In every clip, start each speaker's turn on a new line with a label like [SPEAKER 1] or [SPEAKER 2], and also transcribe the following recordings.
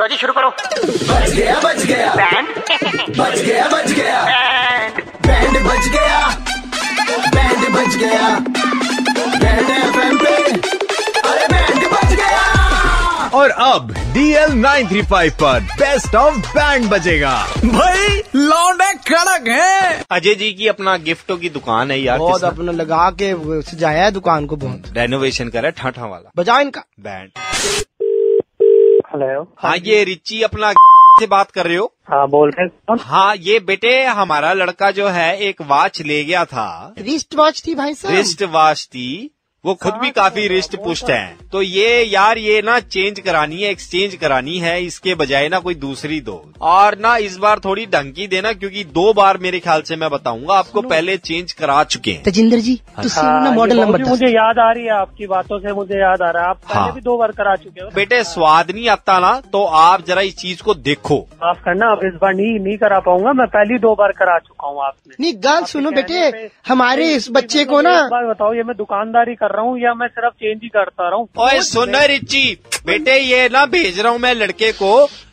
[SPEAKER 1] लो तो जी शुरू करो
[SPEAKER 2] बच गया बच गया
[SPEAKER 1] बैंड
[SPEAKER 2] बच गया बच गया
[SPEAKER 1] बैंड
[SPEAKER 2] बैंड बच गया बैंड बच गया बैंड एफएम पे अरे बैंड बच गया
[SPEAKER 3] और अब DL935 पर बेस्ट ऑफ बैंड बजेगा
[SPEAKER 4] भाई लौंडे कड़क है
[SPEAKER 3] अजय जी की अपना गिफ्टों की दुकान है यार
[SPEAKER 5] बहुत अपना लगा के वो सजाया है दुकान को बहुत
[SPEAKER 3] रेनोवेशन करा है ठाठा वाला
[SPEAKER 5] बजाओ इनका
[SPEAKER 3] बैंड
[SPEAKER 6] हेलो
[SPEAKER 3] हाँ ये रिची अपना से बात कर रहे हो
[SPEAKER 6] हाँ बोल रहे हैं कौन
[SPEAKER 3] हाँ ये बेटे हमारा लड़का जो है एक वॉच ले गया था
[SPEAKER 5] रिस्ट वॉच थी भाई साहब
[SPEAKER 3] रिस्ट वॉच थी हाँ, वो खुद भी काफी रिस्ट पुष्ट हैं तो ये यार ये ना चेंज करानी है एक्सचेंज करानी है इसके बजाय ना कोई दूसरी दो और ना इस बार थोड़ी ढंकी देना क्योंकि दो बार मेरे ख्याल से मैं बताऊंगा आपको पहले चेंज करा चुके हैं
[SPEAKER 5] तजिंदर जी तुसी ना
[SPEAKER 6] हाँ,
[SPEAKER 5] मॉडल
[SPEAKER 6] ये
[SPEAKER 5] नंबर
[SPEAKER 6] बहुत- मुझे याद आ रही है आपकी बातों से मुझे याद आ रहा है आप
[SPEAKER 3] हाँ।
[SPEAKER 6] पहले भी दो बार करा चुके हो
[SPEAKER 3] बेटे स्वाद नहीं आता ना तो आप जरा इस चीज को देखो
[SPEAKER 6] माफ करना अब इस बार नहीं नहीं करा पाऊंगा मैं पहली दो बार करा चुका हूँ आपने
[SPEAKER 5] नहीं गाल
[SPEAKER 6] आपके
[SPEAKER 5] सुनो
[SPEAKER 6] कहने
[SPEAKER 5] बेटे
[SPEAKER 6] पे-
[SPEAKER 5] हमारे इस बच्चे को ना
[SPEAKER 6] एक बार बताओ ये मैं दुकानदारी कर रहा हूँ या मैं सिर्फ चेंज ही करता रहा हूँ
[SPEAKER 3] ओए सुन रिची बेटे ये ना भेज रहा हूँ मैं लड़के को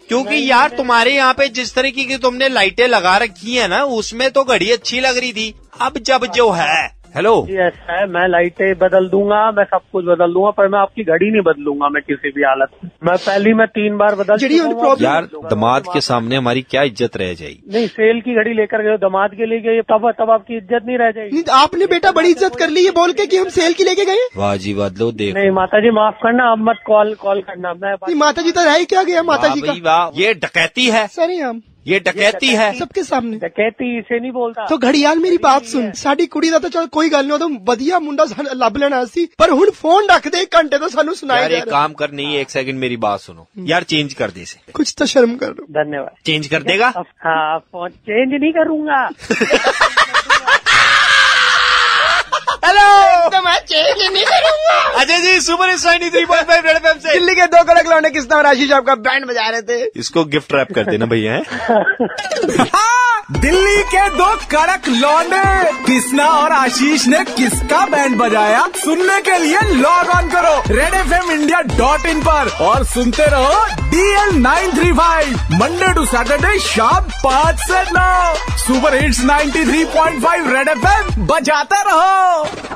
[SPEAKER 3] क्योंकि यार तुम्हारे यहाँ पे जिस तरीके की तुमने लाइटें लगा रखी है ना उसमें तो घड़ी अच्छी लग रही थी अब जब जो है हेलो
[SPEAKER 6] जी ऐसा है मैं लाइटें बदल दूंगा मैं सब कुछ बदल दूंगा पर मैं आपकी घड़ी नहीं बदलूंगा मैं किसी भी हालत में मैं पहली मैं तीन बार बदल
[SPEAKER 5] जड़ी वाली
[SPEAKER 6] चुका हूँ, अब
[SPEAKER 5] problem-
[SPEAKER 3] यार
[SPEAKER 6] नहीं बदलूंगा।
[SPEAKER 3] दमाद के सामने हमारी क्या इज्जत रह जाएगी
[SPEAKER 6] नहीं सेल की घड़ी लेकर गए हो, दमाद के लिए गए तब तब आपकी इज्जत नहीं रह जाएगी
[SPEAKER 5] नहीं, आपने बेटा बड़ी इज्जत कर ली ये बोल के कि हम सेल की लेके गए
[SPEAKER 3] वाह जी वाह लो देख
[SPEAKER 6] नहीं माता जी माफ करना अब मत कॉल कॉल करना मैं
[SPEAKER 5] नहीं माता जी तो रह ही क्या गया माता
[SPEAKER 3] वाह
[SPEAKER 5] जी का
[SPEAKER 3] हाँ, भाई वाह ये डकैती है
[SPEAKER 5] सरे हम
[SPEAKER 3] ये डकैती
[SPEAKER 6] हाँ।
[SPEAKER 3] तो है
[SPEAKER 5] सबके सामने तो
[SPEAKER 6] कहती इसे नहीं बोलता
[SPEAKER 5] ਤੋ ਘੜੀਆਲ ਮੇਰੀ ਬਾਤ ਸੁਣ ਸਾਡੀ ਕੁੜੀ ਦਾ ਤਾਂ ਚਲ ਕੋਈ ਗੱਲ ਨਹੀਂ ਉਹ ਤਾਂ ਵਧੀਆ ਮੁੰਡਾ ਸਾਨੂੰ ਲੱਭ ਲੈਣਾ ਸੀ ਪਰ ਹੁਣ ਫੋਨ ਰੱਖਦੇ ਇੱਕ ਘੰਟੇ ਤੋਂ ਸਾਨੂੰ ਸੁਣਾਈ
[SPEAKER 3] यार
[SPEAKER 5] ਦੇ
[SPEAKER 3] एक काम कर नहीं एक सेकंड मेरी बात सुनो यार चेंज कर दे इसे
[SPEAKER 5] ਕੁਝ ਤਾਂ ਸ਼ਰਮ ਕਰ ਲਓ
[SPEAKER 6] धन्यवाद
[SPEAKER 3] चेंज कर देगा
[SPEAKER 6] अब हाँ फोन चेंज नहीं करूंगा
[SPEAKER 3] हेलो तो मैं चेंज नहीं करूंगा Ajay ji super hits 93.5 red FM से
[SPEAKER 5] ਦਿੱਲੀ ਕੇ ਦੋ ਕੜਕ ਲਾਉਣੇ ਕਿਸ ਤਰ੍ਹਾਂ ਰਾਸ਼ੀ ਸਾਹਿਬ का बैंड बजा रहे थे
[SPEAKER 3] इसको गिफ्ट रैप कर देना भैया हैं?
[SPEAKER 4] हाँ दिल्ली के दो कड़क लौंडे कृष्णा और आशीष ने किसका बैंड बजाया सुनने के लिए लॉग ऑन करो red F M India dot in पर और सुनते रहो DL935 nine three five Monday to Saturday शाम पाँच से नौ super hits 93.5 red F M बजाते रहो